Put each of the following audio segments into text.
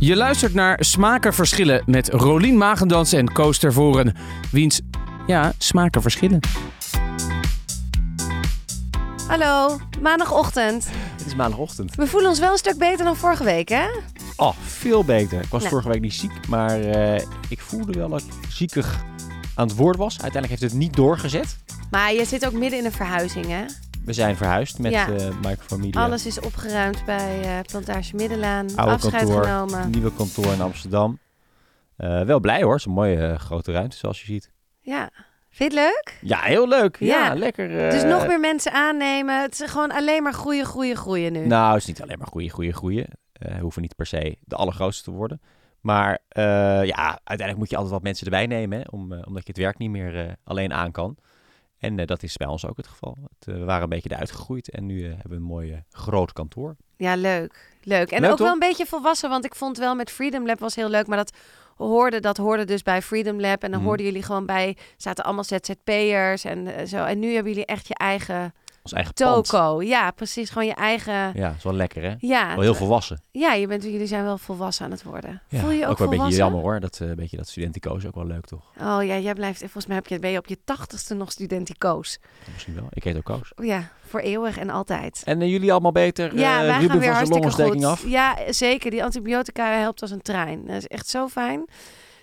Je luistert naar Smaken Verschillen met Rolien Magendans en Koos Tervoren. Wiens, ja, smaken verschillen. Hallo, maandagochtend. Het is maandagochtend. We voelen ons wel een stuk beter dan vorige week, hè? Oh, veel beter. Ik was Nou. vorige week niet ziek, maar eh, ik voelde wel dat ik ziekig aan het woord was. Uiteindelijk heeft het niet doorgezet. Maar je zit ook midden in een verhuizing, hè? We zijn verhuisd met Ja. eh Mike Familie. Alles is opgeruimd bij eh, Plantage Middenlaan. Oude Afscheid kantoor. genomen. Nieuwe kantoor in Amsterdam. Eh, wel blij hoor, het is een mooie eh, grote ruimte zoals je ziet. Ja. Vind je het leuk? Ja, heel leuk. Ja, Ja. lekker. eh, Dus nog meer mensen aannemen. Het is gewoon alleen maar groeien, groeien, groeien nu. Nou, het is niet alleen maar goede, goede, goede. Eh hoeven niet per se de allergrootste te worden. Maar eh, ja, uiteindelijk moet je altijd wat mensen erbij nemen. Hè, om, eh, omdat je het werk niet meer eh, alleen aan kan. En eh, dat is bij ons ook het geval. Het, eh, we waren een beetje eruit gegroeid. En nu eh, hebben we een mooi eh, groot kantoor. Ja, leuk. Leuk. En Leuk, ook wel toch? een beetje volwassen, want ik vond wel met Freedom Lab was heel leuk, maar dat hoorde, dat hoorde dus bij Freedom Lab. En dan Mhm. hoorden jullie gewoon bij, zaten allemaal ZZP'ers en eh, zo. En nu hebben jullie echt je eigen Ons eigen pand. toko. Ja, precies. Gewoon je eigen... Ja, is wel lekker hè. Ja, Wel heel volwassen. ja je bent, jullie zijn wel volwassen aan het worden. Ja, Voel je je ook, wel een beetje volwassen? jammer hoor. Dat, eh, een beetje dat studentico's ook wel leuk toch? Oh ja, jij blijft, volgens mij heb je, ben je op je tachtigste nog studenticoos. Misschien wel. Ik heet ook Koos. Ja, voor eeuwig en altijd. En eh, jullie allemaal beter? Ja, Eh, wij Ruben gaan weer van zijn hartstikke goed. longontsteking af. Ja, zeker. Die antibiotica helpt als een trein. Dat is echt zo fijn.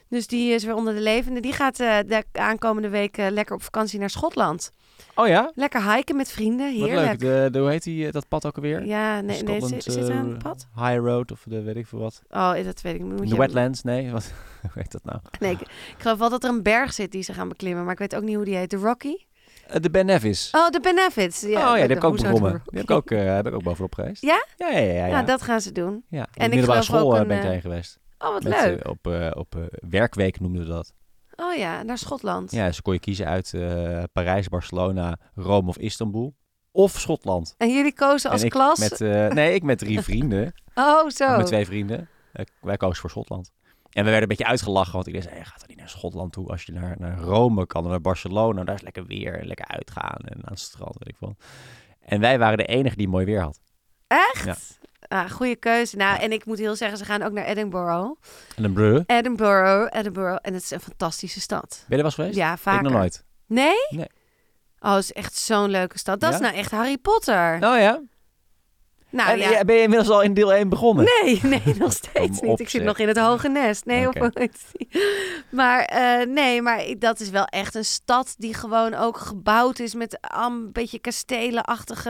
Dus die is weer onder de levende. Die gaat eh, de aankomende week eh, lekker op vakantie naar Schotland. Oh ja? Lekker hiken met vrienden. Wat leuk. Heerlijk. De, de, hoe heet die, eh, dat pad ook alweer? Ja, nee, nee Scotland, zit, zit er eh, aan het pad? High Road of de weet ik veel wat. Oh, dat weet ik niet. Moet In je- de Wetlands, nee. Wat, hoe heet dat nou? Nee, ik, ik geloof wel dat er een berg zit die ze gaan beklimmen. Maar ik weet ook niet hoe die heet. De Rocky? Eh, de Ben Nevis. Oh, de Benefits. Ja, oh ja, die de- heb ik ook hoezo de begonnen. Rocky? Die heb ik ook, eh, heb ik ook bovenop geweest. Ja? Ja, ja, ja. ja, Nou, dat gaan ze doen. Ja, op de en ik middelbare geloof school ook eh, een, ben ik eh, heen geweest. Oh, wat Met, eh, leuk. op eh, op eh, werkweek noemden we dat. Oh ja, naar Schotland. Ja, dus kon je kiezen uit eh, Parijs, Barcelona, Rome of Istanbul. Of Schotland. En jullie kozen als en ik klas. Met, eh, nee, ik met drie vrienden. Oh, zo. Met twee vrienden. Eh, wij kozen voor Schotland. En we werden een beetje uitgelachen, want ik dacht, je gaat er niet naar Schotland toe als je naar, naar Rome kan en naar Barcelona. Daar is lekker weer, lekker uitgaan en aan het strand, weet ik wel. En wij waren de enige die mooi weer had. Echt? Ah, goede keuze. Nou, en ik moet heel zeggen, ze gaan ook naar Edinburgh. En een brug. Ben Edinburgh, Edinburgh. En het is een fantastische stad. je er wel eens geweest? Ja, Ik nog vaker. nooit. Nee? Nee. Oh, het is echt zo'n leuke stad. Dat is Ja? nou echt Harry Potter. Oh ja? Nou en ja. ja, ben je inmiddels al in deel 1 begonnen? Nee, nee, nog steeds Kom niet. op, Ik zit zeg. nog in het hoge nest. Nee, Oké. op Maar eh, nee, maar ik- dat is wel echt een stad die gewoon ook gebouwd is met am- een beetje kastelenachtige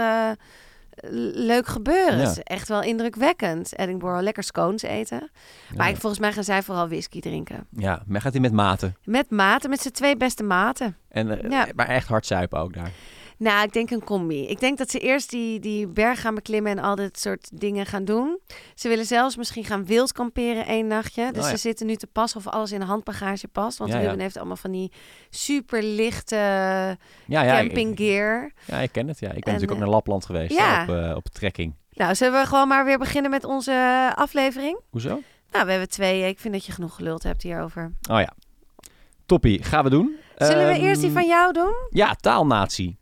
eh, leuk gebeuren. Ja. Het is echt wel indrukwekkend. Edinburgh, lekker scones eten. Maar Ja. ik, volgens mij gaan zij vooral whisky drinken. Ja, maar gaat hij met maten. Met maten, met z'n twee beste maten. En, eh, Ja. Maar echt hard zuipen ook daar. Nou, ik denk een combi. Ik denk dat ze eerst die, die berg gaan beklimmen en al dit soort dingen gaan doen. Ze willen zelfs misschien gaan wild kamperen één nachtje. Dus Oh ja. ze zitten nu te passen of alles in de handbagage past. Want Ja, ja. Ruben heeft allemaal van die superlichte Ja, ja, ik- campinggear. ja, ik ken het. Ja. Ik En, ben natuurlijk ook eh, naar Lapland geweest ja. op, eh, op trekking. Nou, zullen we gewoon maar weer beginnen met onze aflevering? Hoezo? Nou, we hebben twee. Ik vind dat je genoeg geluld hebt hierover. Oh ja. Toppie, gaan we doen. Zullen we Ehm, eerst die van jou doen? Ja, Taalnatie.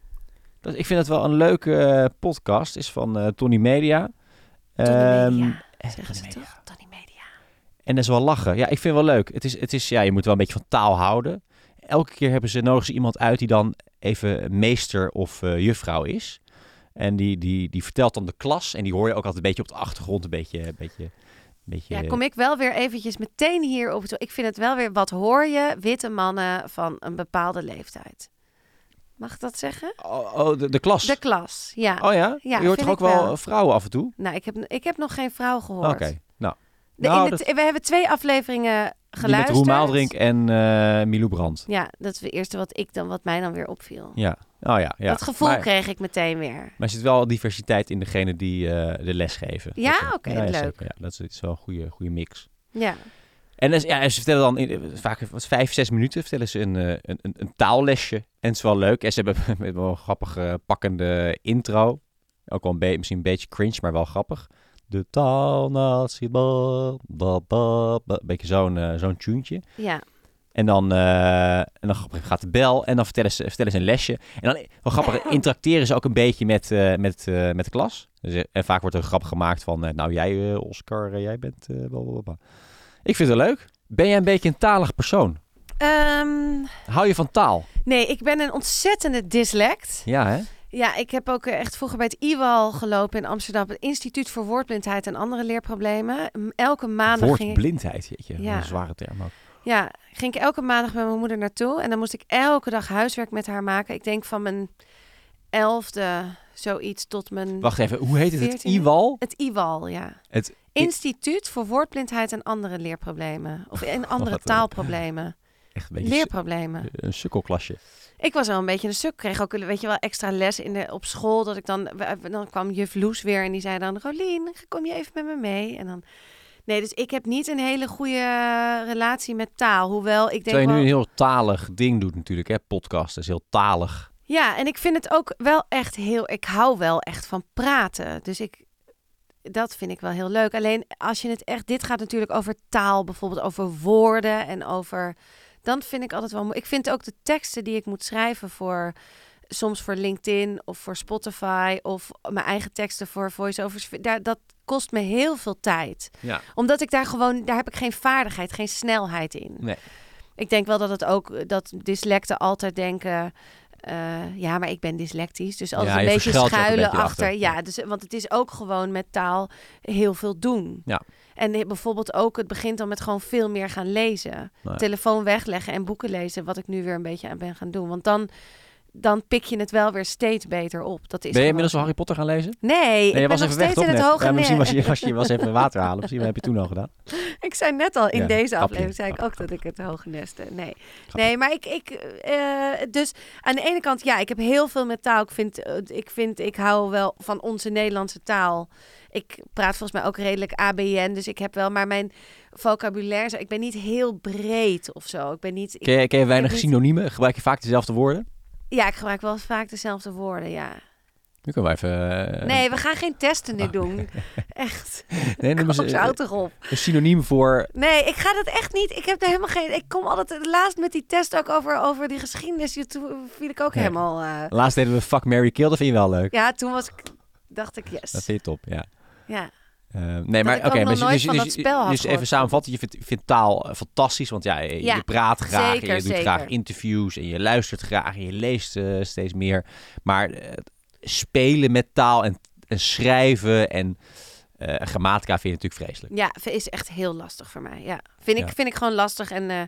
Dat, ik vind het wel een leuke eh, podcast. Is van eh, Tony Media. Tony Ehm, Media, eh, zeggen Tony ze Media. toch? Tony Media. En dat is wel lachen. Ja, ik vind het wel leuk. Het is, het is, ja, je moet wel een beetje van taal houden. Elke keer hebben ze nodig ze iemand uit die dan even meester of eh, juffrouw is. En die, die, die vertelt dan de klas. En die hoor je ook altijd een beetje op de achtergrond. Een beetje... Een beetje, een beetje Ja, kom ik wel weer eventjes meteen hier op het... Ik vind het wel weer, wat hoor je witte mannen van een bepaalde leeftijd? Mag ik dat zeggen? Oh, oh, de, de klas. De klas, ja. Oh ja? Ja, je hoort vind toch ook ik wel, wel. vrouwen af en toe? Nou, ik heb, ik heb nog geen vrouw gehoord. Oké, nou. De- in de- Nou, dat- We hebben twee afleveringen Die met geluisterd. Roel Maaldrink en eh Milou Brandt. Ja, dat is het eerste wat ik dan, wat mij dan weer opviel. Ja. Oh ja, ja. Dat gevoel maar, kreeg ik meteen weer. maar er zit wel diversiteit in degene die eh, de les geven. Ja? Dat, eh, Oké, ja, leuk. zeker. Ja, dat is, is wel een goede, goede mix. Ja. En dus, ja, ze vertellen dan in, vaak wat, vijf, zes minuten vertellen ze een, eh, een, een, een taallesje. En het is wel leuk. En ze hebben, hebben wel een grappige, pakkende intro. Ook wel een be- misschien een beetje cringe, maar wel grappig. De taalnatie, ba, ba, ba, ba. Beetje zo'n eh, zo'n tuentje. Ja. En dan, eh, en dan op een gegeven moment gaat de bel en dan vertellen ze, vertellen ze een lesje. En dan, wel grappig, interacteren ze ook een beetje met, eh, met, eh, met de klas. Dus, eh, En vaak wordt er een grap gemaakt van, eh, nou jij eh, Oscar, eh, jij bent eh blablabla. Ik vind het leuk. Ben jij een beetje een talig persoon? Ehm, Hou je van taal? nee, ik ben een ontzettende dyslect. Ja, hè? Ja, ik heb ook eh, echt vroeger bij het IWAL gelopen in Amsterdam. Het Instituut voor Woordblindheid en andere leerproblemen. M- Elke maandag ging ik, Woordblindheid, jeetje. Wat Ja. Een zware term ook. ja, ging ik elke maandag met mijn moeder naartoe. En dan moest ik elke dag huiswerk met haar maken. Ik denk van mijn elfde zoiets tot mijn... Wacht even, hoe heet het? Het 14e? IWAL? Het IWAL, ja. Het I- Instituut voor Woordblindheid en andere leerproblemen. Of en andere Wat, eh, taalproblemen. Echt een beetje eh, Leerproblemen. een sukkelklasje. Ik was wel een beetje een stuk. Kreeg ook, weet je wel, extra les in de, op school. Dat ik dan, we- we- dan kwam juf Loes weer en die zei dan... Rolien, kom je even met me mee? En dan... Nee, dus ik heb niet een hele goede relatie met taal. Hoewel, ik denk Terwijl je nu wel- een heel talig ding doet natuurlijk, hè? Podcast is heel talig. Ja, en ik vind het ook wel echt heel... Ik hou wel echt van praten. Dus ik... Dat vind ik wel heel leuk. Alleen als je het echt... Dit gaat natuurlijk over taal, bijvoorbeeld over woorden en over... Dan vind ik altijd wel... mo- Ik vind ook de teksten die ik moet schrijven voor... Soms voor LinkedIn of voor Spotify of mijn eigen teksten voor voiceovers. Daar, dat kost me heel veel tijd. Ja. Omdat ik daar gewoon... Daar heb ik geen vaardigheid, geen snelheid in. Nee. Ik denk wel dat het ook dat dyslecten altijd denken. eh, ja, maar ik ben dyslectisch. Dus altijd Ja, een je beetje verschuilt je ook een schuilen beetje achter. achter. Ja, dus, want het is ook gewoon met taal heel veel doen. Ja. En he- bijvoorbeeld ook, het begint dan met gewoon veel meer gaan lezen. Nou ja. Telefoon wegleggen en boeken lezen. Wat ik nu weer een beetje aan ben gaan doen. Want dan, dan pik je het wel weer steeds beter op. Dat is Ben je gewoon- inmiddels al Harry Potter gaan lezen? Nee, ik Nee, ben je was nog even weg steeds toch in het net? hoge Ja, misschien was net. je, was je was even water halen. Misschien heb je toen al gedaan. Ik zei net al in Ja, deze grapje. aflevering zei ik ook dat ik het hoge nest. eh, Nee, nee, maar ik, ik eh, dus aan de ene kant ja, ik heb heel veel met taal. Ik vind, eh, ik vind, ik hou wel van onze Nederlandse taal. Ik praat volgens mij ook redelijk ABN, dus ik heb wel, maar mijn vocabulaire, zo- ik ben niet heel breed of zo. Ik ben niet, ik- Ken je, ken je weinig niet- synoniemen? Gebruik je vaak dezelfde woorden? ja, ik gebruik wel vaak dezelfde woorden, ja. Nu kunnen we even... eh, Nee, we gaan geen testen nu ah. doen. Echt, nee, kom noem eens, ze eh, auto op. een synoniem voor... Nee, ik ga dat echt niet. Ik heb er helemaal geen. Ik kom altijd het laatst met die test ook over, over die geschiedenis. die- Toen viel ik ook Nee. helemaal. eh, Laatst deden we Fuck, Mary Kill. Dat vind je wel leuk. ja, toen was ik. Dacht ik yes. Dat vind je top, ja. Ja. Eh, nee, maar ik oké, ook nog maar nooit dus, van dus, dat spel had dus even gehoord. samenvatten, je vindt, vindt taal eh, fantastisch, want ja, je, je Ja, praat graag zeker, en je doet zeker. graag interviews en je luistert graag en je leest eh, steeds meer. Maar eh, spelen met taal en, en schrijven en eh, grammatica vind je natuurlijk vreselijk. ja, v- is echt heel lastig voor mij. Ja, vind ik, Ja. Vind ik gewoon lastig. En eh,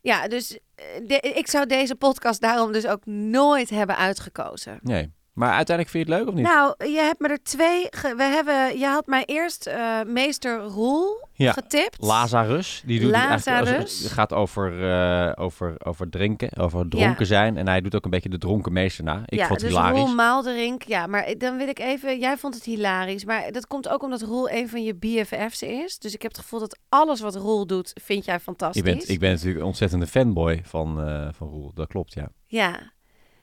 ja, dus eh, de- ik zou deze podcast daarom dus ook nooit hebben uitgekozen. Nee, maar uiteindelijk vind je het leuk of niet? Nou, je hebt me er twee. ge- we hebben, je had mij eerst eh, meester Roel Ja, getipt. Lazarus, die doet het eigenlijk- Lazarus. het gaat over, eh, over, over drinken, over dronken zijn. En hij doet ook een beetje de dronken meester na. Ik ja, vond het dus hilarisch. Roel Maalderink. Ja, maar dan wil ik even... Jij vond het hilarisch. Maar dat komt ook omdat Roel een van je BFF's is. Dus ik heb het gevoel dat alles wat Roel doet, vind jij fantastisch. Ik ben, ik ben natuurlijk een ontzettende fanboy van, eh, van Roel. Dat klopt, ja. Ja.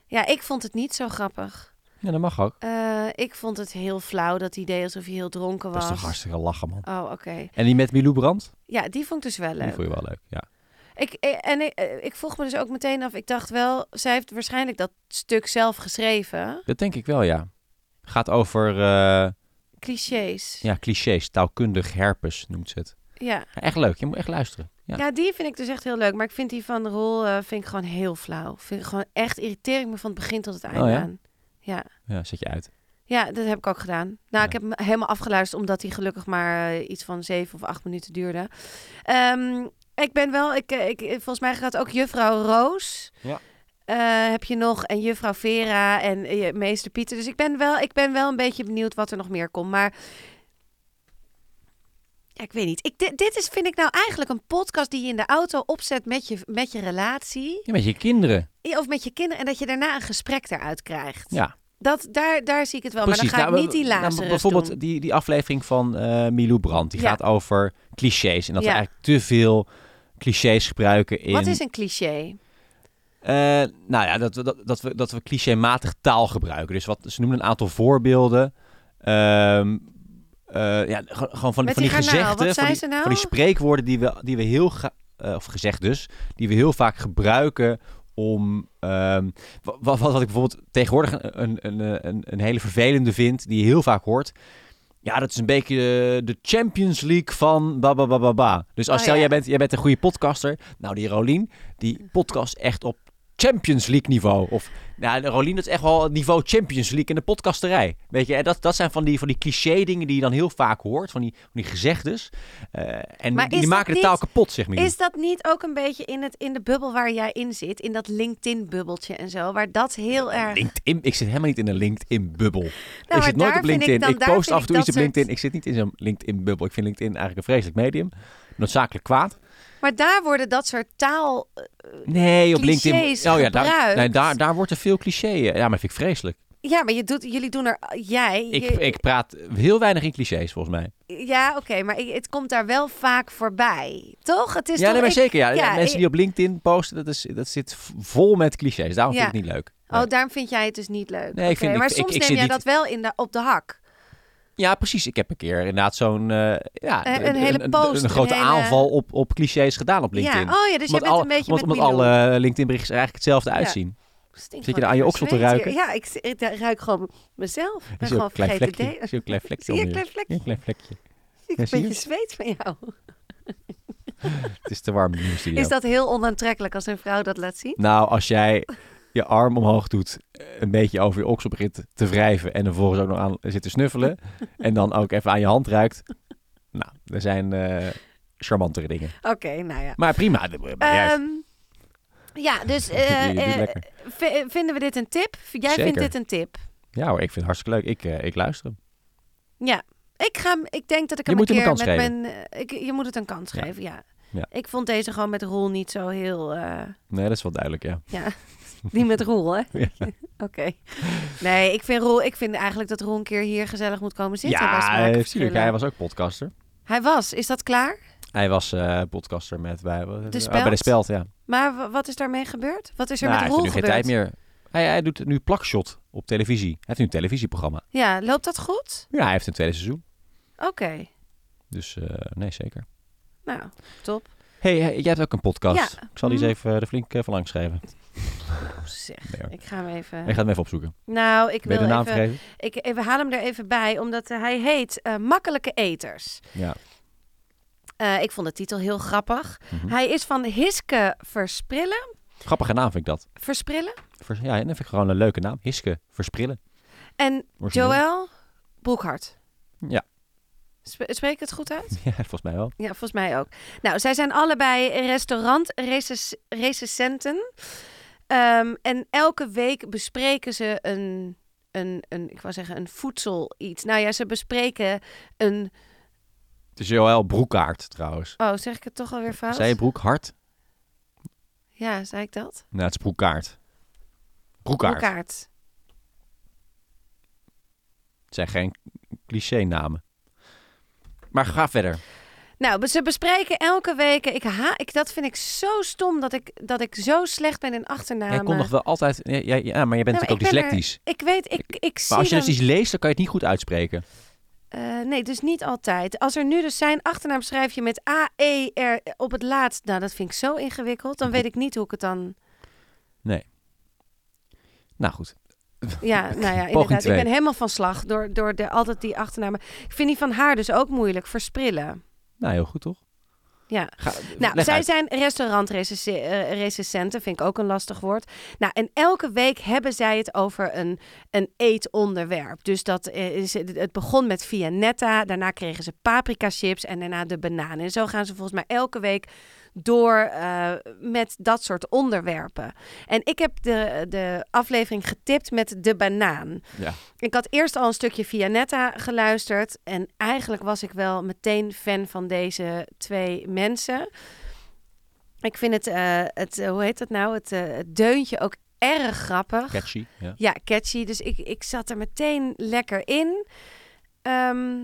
ja, ik vond het niet zo grappig. Ja, dat mag ook. Eh, ik vond het heel flauw, dat idee alsof je heel dronken Dat was. is toch hartstikke lachen, man. Oh, oké. En die met Milou Brandt? Ja, die vond ik dus wel Die leuk. vond je wel leuk, ja. Ik, eh, en ik, eh, ik vroeg me dus ook meteen af, ik dacht wel, zij heeft waarschijnlijk dat stuk zelf geschreven. Dat denk ik wel, ja. Gaat over eh, Clichés. ja, clichés, taalkundig herpes noemt ze het. ja. Ja, echt leuk, je moet echt luisteren. Ja. Ja, die vind ik dus echt heel leuk. Maar ik vind die van de rol eh, vind ik gewoon heel flauw. Vind ik gewoon echt irriteer ik me van het begin tot het einde Oh, ja? aan. Ja. Ja, zet je uit. ja, dat heb ik ook gedaan. Nou, Ja. ik heb hem helemaal afgeluisterd omdat hij gelukkig maar eh, iets van zeven of acht minuten duurde. Ehm, ik ben wel, ik, eh, ik, eh, volgens mij gaat ook juffrouw Roos. Ja. Eh, heb je nog en juffrouw Vera en eh, meester Pieter. Dus ik ben, wel, ik ben wel een beetje benieuwd wat er nog meer komt. Maar Ja, ik weet niet. Ik, dit, dit is, vind ik nou eigenlijk een podcast die je in de auto opzet met je, met je relatie. Ja, met je kinderen. Ja, Of met je kinderen. En dat je daarna een gesprek eruit krijgt. Ja, Dat, daar, daar zie ik het wel. precies. Oh, Maar dan ga Nou, ik niet die nou, laatste Bijvoorbeeld Die, die aflevering van eh Milou Brandt. Die Ja. gaat over clichés. En dat Ja. we eigenlijk te veel clichés gebruiken in... Wat is een cliché? Eh, nou ja, dat, we- dat, dat, we, dat we clichématig taal gebruiken. Dus wat, ze noemen een aantal voorbeelden. Ehm, eh, ja, ge- gewoon van, Met van die die, garnaal, gezegden, wat van, zei die, ze nou? van die spreekwoorden die we, die we heel ga- eh, of gezegd dus, die we heel vaak gebruiken om... ehm, wa- wa- wat, wat ik bijvoorbeeld tegenwoordig een, een, een, een, een hele vervelende vind, die je heel vaak hoort. Ja, dat is een beetje eh, de Champions League van ba ba ba ba ba. Dus als Oh, stel, ja. jij, bent, jij bent een goede podcaster. Nou, die Rolien, die podcast echt op Champions League niveau. Of, nou, de Rolien, dat is echt wel het niveau Champions League in de podcasterij. Weet je, en dat, dat zijn van die, van die cliché dingen die je dan heel vaak hoort. Van die, van die gezegdes. Eh, en Maar die, is die maken dat de taal niet- kapot, zeg maar. Is dat niet ook een beetje in, het, in de bubbel waar jij in zit? In dat LinkedIn-bubbeltje en zo, waar dat heel erg... LinkedIn, ik zit helemaal niet in een LinkedIn-bubbel. Nou, maar ik zit nooit daar op vind LinkedIn. ik Ik, dan- daar post vind af en toe ik iets op dat LinkedIn. soort- Ik zit niet in zo'n LinkedIn-bubbel. Ik vind LinkedIn eigenlijk een vreselijk medium. Noodzakelijk kwaad. Maar daar worden dat soort taal... Nee, op LinkedIn. Oh clichés ja, daar, gebruikt. nee, daar, daar wordt er veel cliché. eh, Ja, maar vind ik vreselijk. Ja, maar je doet, jullie doen er... Jij... Ik, je- ik praat heel weinig in clichés, volgens mij. Ja, oké, maar ik- het komt daar wel vaak voorbij. Toch? Het is ja, Dus toch- nee, maar ik- zeker. Ja. ja, Mensen ik- die op LinkedIn posten, dat, is, dat zit v- vol met clichés. Daarom Ja. vind ik het niet leuk. Oh, daarom vind jij het dus niet leuk. Nee, ik vind- Oké, maar ik- ik- soms ik neem zit jij niet- dat wel in de, op de hak. Ja, precies. Ik heb een keer inderdaad zo'n... eh, ja, Een- een hele post, Een, een grote hele- aanval op, op clichés gedaan op LinkedIn. Ja, oh ja, dus jij omdat bent alle, een beetje omdat, met omdat Milo. alle LinkedIn-berichten er eigenlijk hetzelfde uitzien. Stinkt Zit je gewoon er aan je naar oksel te zweet hier. ruiken? Ja, ik, zi- ik ruik gewoon mezelf. Ik Er ben is ook gewoon een klein vergeten vlekje. te Er is ook een klein vlekje Zie je onder een je. klein vlekje? Ja, Een klein vlekje. Ik Ja, een zie je? beetje zweet van jou. Het is te warm in de studio. Is dat heel onaantrekkelijk als een vrouw dat laat zien? Nou, als jij je arm omhoog doet, eh, een beetje over je oksel begint te wrijven en vervolgens ook nog aan zit te snuffelen en dan ook even aan je hand ruikt. Nou, er zijn eh, charmantere dingen. Oké, nou ja. Maar prima. dat- dat- juist. Ehm, ja, dus eh, Die- die is eh, lekker. v- vinden we dit een tip? Jij vindt Zeker. dit een tip? Ja hoor, ik vind het hartstikke leuk. Ik, eh, ik luister hem. Ja, ik, ga, hem- ik denk dat ik Je hem moet een hem keer een kans met geven. mijn... eh, Ik, je moet het een kans Ja. geven, ja. Ja. Ik vond deze gewoon met Roel niet zo heel... eh, Nee, dat is wel duidelijk, ja. ja, die met Roel, hè? Ja. Oké. Nee, ik vind, Roel, ik vind eigenlijk dat Roel een keer hier gezellig moet komen zitten. bij ja, eh, Smaakverschillen. natuurlijk. Hij was ook podcaster. Hij was, is dat klaar? Hij was eh, podcaster met bij, eh, Speld? bij de Speld, ja. Maar wa- wat is daarmee gebeurd? Wat is er Nou, met hij heeft Roel nu geen gebeurd? tijd meer. Hij, hij doet nu plakshot op televisie. Hij heeft nu een televisieprogramma. Ja, loopt dat goed? Ja, hij heeft een tweede seizoen. Oké, Dus eh, nee, zeker. nou, top. Hey, hey, jij hebt ook een podcast. Ja. Ik zal die eens Mm. even eh, er flink eh, van langs schrijven. Oh, zeg, Nee, hoor. ik ga hem even... Ik ga hem even opzoeken. Nou, ik ben wil je de naam even... vergeten? Ik, eh, we halen hem er even bij, omdat eh, hij heet eh, Makkelijke Eters. Ja. Eh, ik vond de titel heel grappig. Mhm. Hij is van Hiske Versprillen. Grappige naam vind ik dat. Versprillen. Vers- ja, en dat vind ik gewoon een leuke naam. Hiske Versprillen. En Origineel. Joël Broekhart. Ja. Sp- spreek ik het goed uit? Ja, volgens mij wel. Ja, volgens mij ook. Nou, zij zijn allebei restaurantrecensenten. Ehm en elke week bespreken ze een, een, een, ik wou zeggen, een voedsel iets. Nou ja, ze bespreken een, Het is Joël Broekaart trouwens. oh, zeg ik het toch alweer fout? Zij broek hard? Ja, zei ik dat? Nou, het is Broekaart. Broekaart. Broekaert. Het zijn geen cliché namen. Maar ga verder. Nou, ze bespreken elke week. Ik ha ik, dat vind ik zo stom dat ik, dat ik zo slecht ben in achternamen. Jij komt nog wel altijd... Ja, ja, ja, maar je bent Ja, maar natuurlijk ook ik ben er- dyslectisch. Ik weet, ik, ik zie Maar als je dan- dus iets leest, dan kan je het niet goed uitspreken. Eh, nee, dus niet altijd. Als er nu dus zijn achternaam schrijf je met A-E-R op het laatst. Nou, dat vind ik zo ingewikkeld. Dan weet ik niet hoe ik het dan... Nou goed. Ja, nou ja, Poging inderdaad. Ik twee. ben helemaal van slag door, door de, altijd die achternamen. Ik vind die van haar dus ook moeilijk. Versprillen. Nou, heel goed toch? Ja. Ga, Nou, leg zij uit. zijn restaurantrecensenten, vind ik ook een lastig woord. Nou, en elke week hebben zij het over een, een eetonderwerp. Dus dat eh, is, het begon met Vianetta, daarna kregen ze paprika chips en daarna de bananen. En zo gaan ze volgens mij elke week door eh, met dat soort onderwerpen. En ik heb de, de aflevering getipt met de banaan. Ja. Ik had eerst al een stukje Vianetta geluisterd. En eigenlijk was ik wel meteen fan van deze twee mensen. Ik vind het, eh, het eh, hoe heet dat nou? Het, eh, het deuntje ook erg grappig. Catchy, ja. Ja, catchy. Dus ik, ik zat er meteen lekker in. Ehm,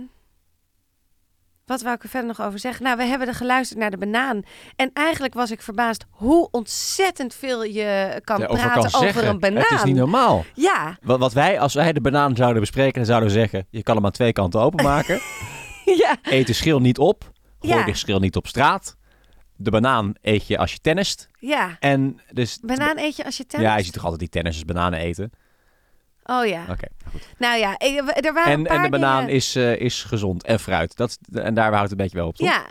wat wou ik er verder nog over zeggen? Nou, we hebben er geluisterd naar de banaan. En eigenlijk was ik verbaasd hoe ontzettend veel je kan Ja, praten over een banaan. Het is niet normaal. ja, Wat, wat wij, als wij de banaan zouden bespreken, dan zouden we zeggen... je kan hem aan twee kanten openmaken. ja. Eet de schil niet op. Gooi Ja. de schil niet op straat. de banaan eet je als je tennist. Ja. En dus... Banaan eet je als je tennist? Ja, je ziet toch altijd die tennissers bananen eten? Oh ja. Oké. Nou ja, ik- er waren een En, paar en de banaan dingen- is, eh, is gezond en fruit. Dat, is- en daar houdt het een beetje wel op, toch? Ja,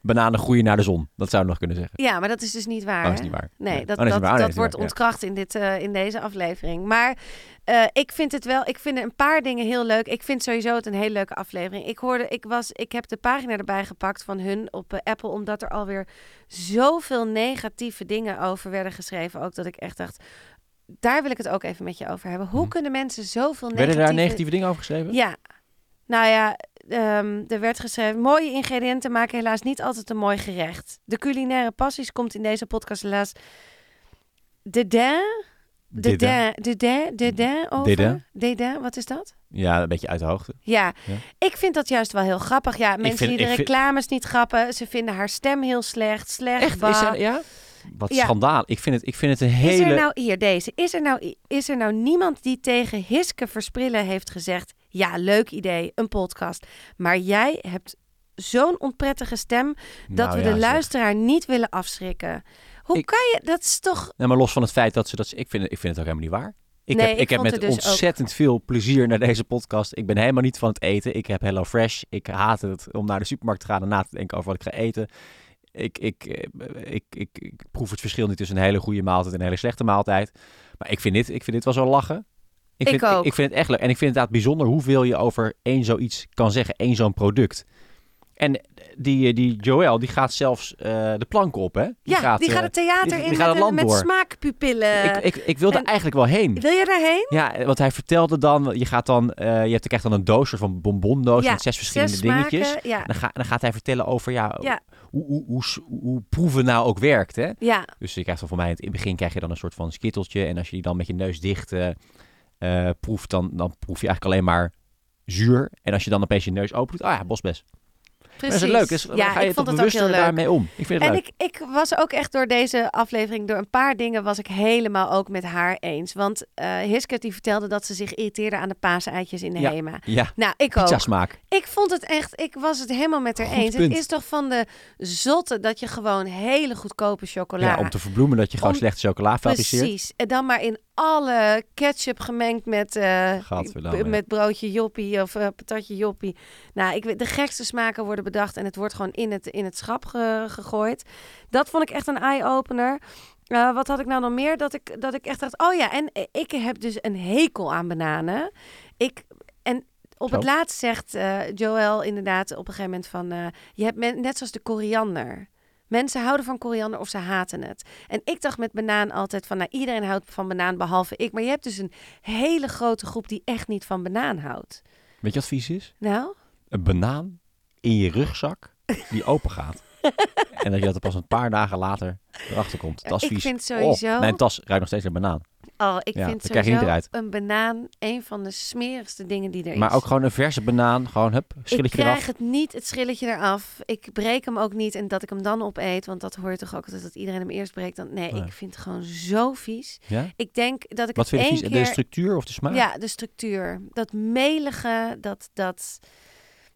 Bananen groeien naar de zon. Dat zou ik nog kunnen zeggen. ja, maar dat is dus niet waar. Oh, hè? dat is niet waar. Nee, dat, Oh, is dat, niet waar. Oh, nee, dat is niet wordt waar. Ja. ontkracht in, dit, eh, in deze aflevering. Maar eh, ik vind het wel, ik vind een paar dingen heel leuk. Ik vind sowieso het een hele leuke aflevering. Ik hoorde, ik was, ik heb de pagina erbij gepakt van hun op eh, Apple, omdat er alweer zoveel negatieve dingen over werden geschreven. Ook dat ik echt dacht, daar wil ik het ook even met je over hebben. Hoe Hm. kunnen mensen zoveel Werden daar negatieve negatieve dingen over geschreven? Ja. Nou ja, ehm, er werd geschreven... mooie ingrediënten maken helaas niet altijd een mooi gerecht. De culinaire passies komt in deze podcast helaas... de den, de Dit, hè? den, de den, de den over. Dédain. Dédain, wat is dat? Ja, een beetje uit de hoogte. Ja. Ja. ik vind dat juist wel heel grappig. Ja, mensen vind- die de ik vind- reclames niet grappen. Ze vinden haar stem heel slecht. Slecht, bah. Is er, ja? Wat Ja. schandaal. Ik vind het, ik vind het een Is hele... er nou hier deze? Is er nou, is er nou niemand die tegen Hiske Versprillen heeft gezegd: Ja, leuk idee, een podcast. Maar jij hebt zo'n onprettige stem dat Nou we ja, de zeg. luisteraar niet willen afschrikken. Hoe Ik- kan je dat? Is toch. Nee, maar los van het feit dat ze dat... Ik vind, het- ik vind het ook helemaal niet waar. Ik Nee, heb, ik ik heb vond met het dus ook- ontzettend veel plezier naar deze podcast. Ik ben helemaal niet van het eten. Ik heb Hello Fresh. Ik haat het om naar de supermarkt te gaan en na te denken over wat ik ga eten. Ik, ik, eh, ik, ik, ik proef het verschil niet tussen een hele goede maaltijd en een hele slechte maaltijd. Maar ik vind dit, ik vind dit wel zo lachen. Ik vind, ook. Ik, vind het echt leuk. En ik vind het inderdaad bijzonder hoeveel je over één zoiets kan zeggen. één zo'n product. En die, die Joël, die gaat zelfs eh, de plank op, hè? ja, die eh, gaat het theater die- in die met, gaat het land met door. smaakpupillen. ik, ik, ik wilde en- eigenlijk wel heen. Wil je daarheen? Ja, want hij vertelde dan, je gaat dan, eh, je hebt, krijgt dan een doos, soort van bonbondoos Ja, met zes verschillende Zes dingetjes. Nou, smaken. Ja, En dan, ga, dan gaat hij vertellen over ja, Ja. Hoe, hoe, hoe, s- hoe proeven nou ook werkt. Hè? ja. Dus je krijgt dan voor mij, in het begin krijg je dan een soort van skitteltje. En als je die dan met je neus dicht eh, eh, proeft, dan, dan proef je eigenlijk alleen maar zuur. En als je dan opeens je neus open doet, ah ja, bosbes. Maar precies. Dat is leuk. Dus dan ja, ga je ik toch vond het ook heel bewuster leuk. daarmee om. Ik vind het En leuk. ik, ik was ook echt door deze aflevering, door een paar dingen, was ik helemaal ook met haar eens. Want eh Hiske die vertelde dat ze zich irriteerde aan de paaseitjes in de Ja. Hema. Ja, Nou, ik pizza ook. smaak. Ik vond het echt, ik was het helemaal met haar Goed eens. punt. Het is toch van de zotte dat je gewoon hele goedkope chocola... Ja, om te verbloemen dat je gewoon Om- slechte chocola fabriceert. Precies. En dan maar in alle ketchup gemengd met, eh, Gadverdamme, b- ja. met broodje joppie of eh, patatje joppie. Nou, ik, weet- de gekste smaken worden bedacht en het wordt gewoon in het, in het schap ge- gegooid. Dat vond ik echt een eye-opener. Eh, wat had ik nou nog meer? Dat ik, dat ik echt dacht, oh ja, en eh, ik heb dus een hekel aan bananen. Ik, en op Zo. het laatst zegt eh Joël inderdaad op een gegeven moment van... eh, je hebt men, net zoals de koriander. Mensen houden van koriander of ze haten het. En ik dacht met banaan altijd van, nou iedereen houdt van banaan behalve ik. Maar je hebt dus een hele grote groep die echt niet van banaan houdt. Weet je wat vies is? Nou, een banaan in je rugzak die open gaat. en dat je dat er pas een paar dagen later erachter komt. Dat is ik vies. vind Oh, sowieso- mijn tas ruikt nog steeds naar banaan. oh, ik Ja, vind dat krijg je niet sowieso eruit. een banaan een van de smerigste dingen die er Maar is. ook gewoon een verse banaan. Gewoon, hup, ik schilletje krijg eraf. het niet, het schilletje eraf. Ik breek hem ook niet en dat ik hem dan opeet. Want dat hoor je toch ook altijd, dat iedereen hem eerst breekt. Dan, nee, Nee. ik vind het gewoon zo vies. Ja? Ik denk dat ik Wat het vind één je vies? Dus De keer... structuur of de smaak? Ja, de structuur. Dat melige, dat, dat...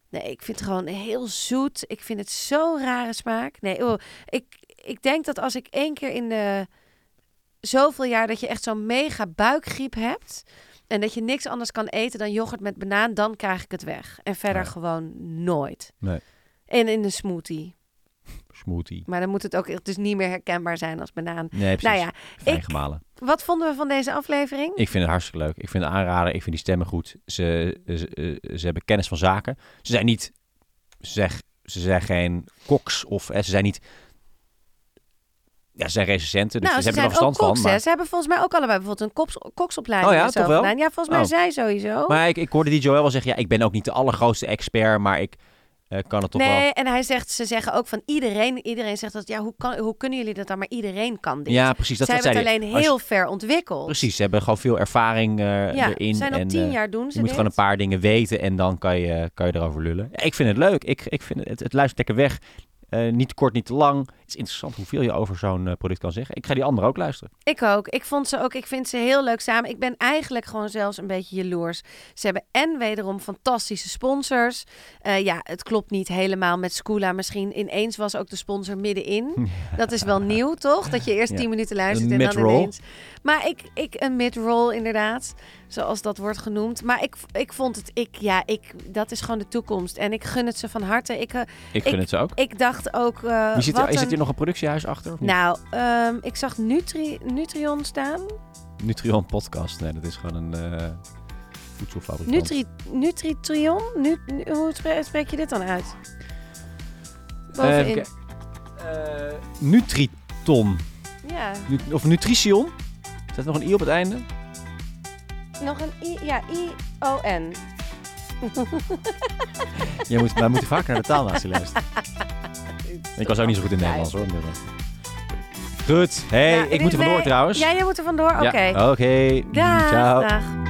Nee, ik vind het gewoon heel zoet. Ik vind het zo'n rare smaak. Nee, oh, ik, ik denk dat als ik één keer in de zoveel jaar... dat je echt zo'n mega buikgriep hebt... en dat je niks anders kan eten dan yoghurt met banaan... dan krijg ik het weg. En verder Ja. gewoon nooit. Nee. En in een smoothie. Smoothie. Maar dan moet het ook echt dus niet meer herkenbaar zijn als banaan. Nee, precies. Nou ja, Fijn ik- gemalen. wat vonden we van deze aflevering? Ik vind het hartstikke leuk. Ik vind het aanraden. Ik vind die stemmen goed. Ze, ze, eh, ze hebben kennis van zaken. Ze zijn niet... Ze zijn, ze zijn geen koks of... eh, Ze zijn niet... Ja, ze zijn recensenten. Dus nou, ze, ze, hebben er zijn wel ook verstand koks, van. hè. maar- Ze hebben volgens mij ook allebei bijvoorbeeld een koks, koksopleiding Oh ja, en zo toch wel? gedaan. Ja, volgens mij Oh. zij sowieso. Maar ik, ik hoorde die Joël wel zeggen, ja, ik ben ook niet de allergrootste expert, maar ik eh, kan het toch nee, wel. en hij zegt, ze zeggen ook van iedereen, iedereen zegt dat, ja, hoe, kan, hoe kunnen jullie dat dan? Maar iedereen kan dit. Ja, precies. Dat, Zij dat hebben zei het alleen hij. Als je- heel ver ontwikkeld. Precies, ze hebben gewoon veel ervaring eh, Ja, erin. ze zijn al en, tien eh, jaar doen ze je moet dit. gewoon een paar dingen weten en dan kan je, kan je erover lullen. Ja, ik vind het leuk. Ik, ik vind het, het, het luistert lekker weg. Eh, niet te kort, niet te lang. Het is interessant hoeveel je over zo'n eh, product kan zeggen. Ik ga die andere ook luisteren. Ik ook. Ik vond ze ook. Ik vind ze heel leuk samen. Ik ben eigenlijk gewoon zelfs een beetje jaloers. Ze hebben en wederom fantastische sponsors. Eh, ja, het klopt niet helemaal met Skoola. Misschien ineens was ook de sponsor middenin. Dat is wel nieuw, toch? Dat je eerst Ja. 10 minuten luistert Een en dan mid-roll. ineens. Maar ik, ik een mid-roll inderdaad, zoals dat wordt genoemd. Maar ik, ik vond het, ik, ja, ik, dat is gewoon de toekomst. En ik gun het ze van harte. Ik, eh, Ik gun Ik- het ze ook. ik dacht ook. eh, Wie zit wat er, Is een- het hier nog een productiehuis achter? Of niet? Nou, ehm, ik zag Nutri, Nutrion staan. Nutrion Podcast. Nee, dat is gewoon een eh voedselfabrikant. Nutri, Nutritrion? Nu, nu- hoe spre- spreek je dit dan uit? Eh, Bovenin. even kijken. Eh, Nutriton. ja, Nu- of Nutrition. Staat nog een i op het einde? nog een I. Ja, I-O-N. Jij moet, wij moeten vaker naar de taalnatie luisteren. Ik was ook niet zo goed in het Nederlands hoor. inmiddels. Goed. Hey, Nou, ik moet er vandoor nee, trouwens. Ja, jij moet er vandoor. Oké. Ja, Oké. Dag. Ciao. Dag.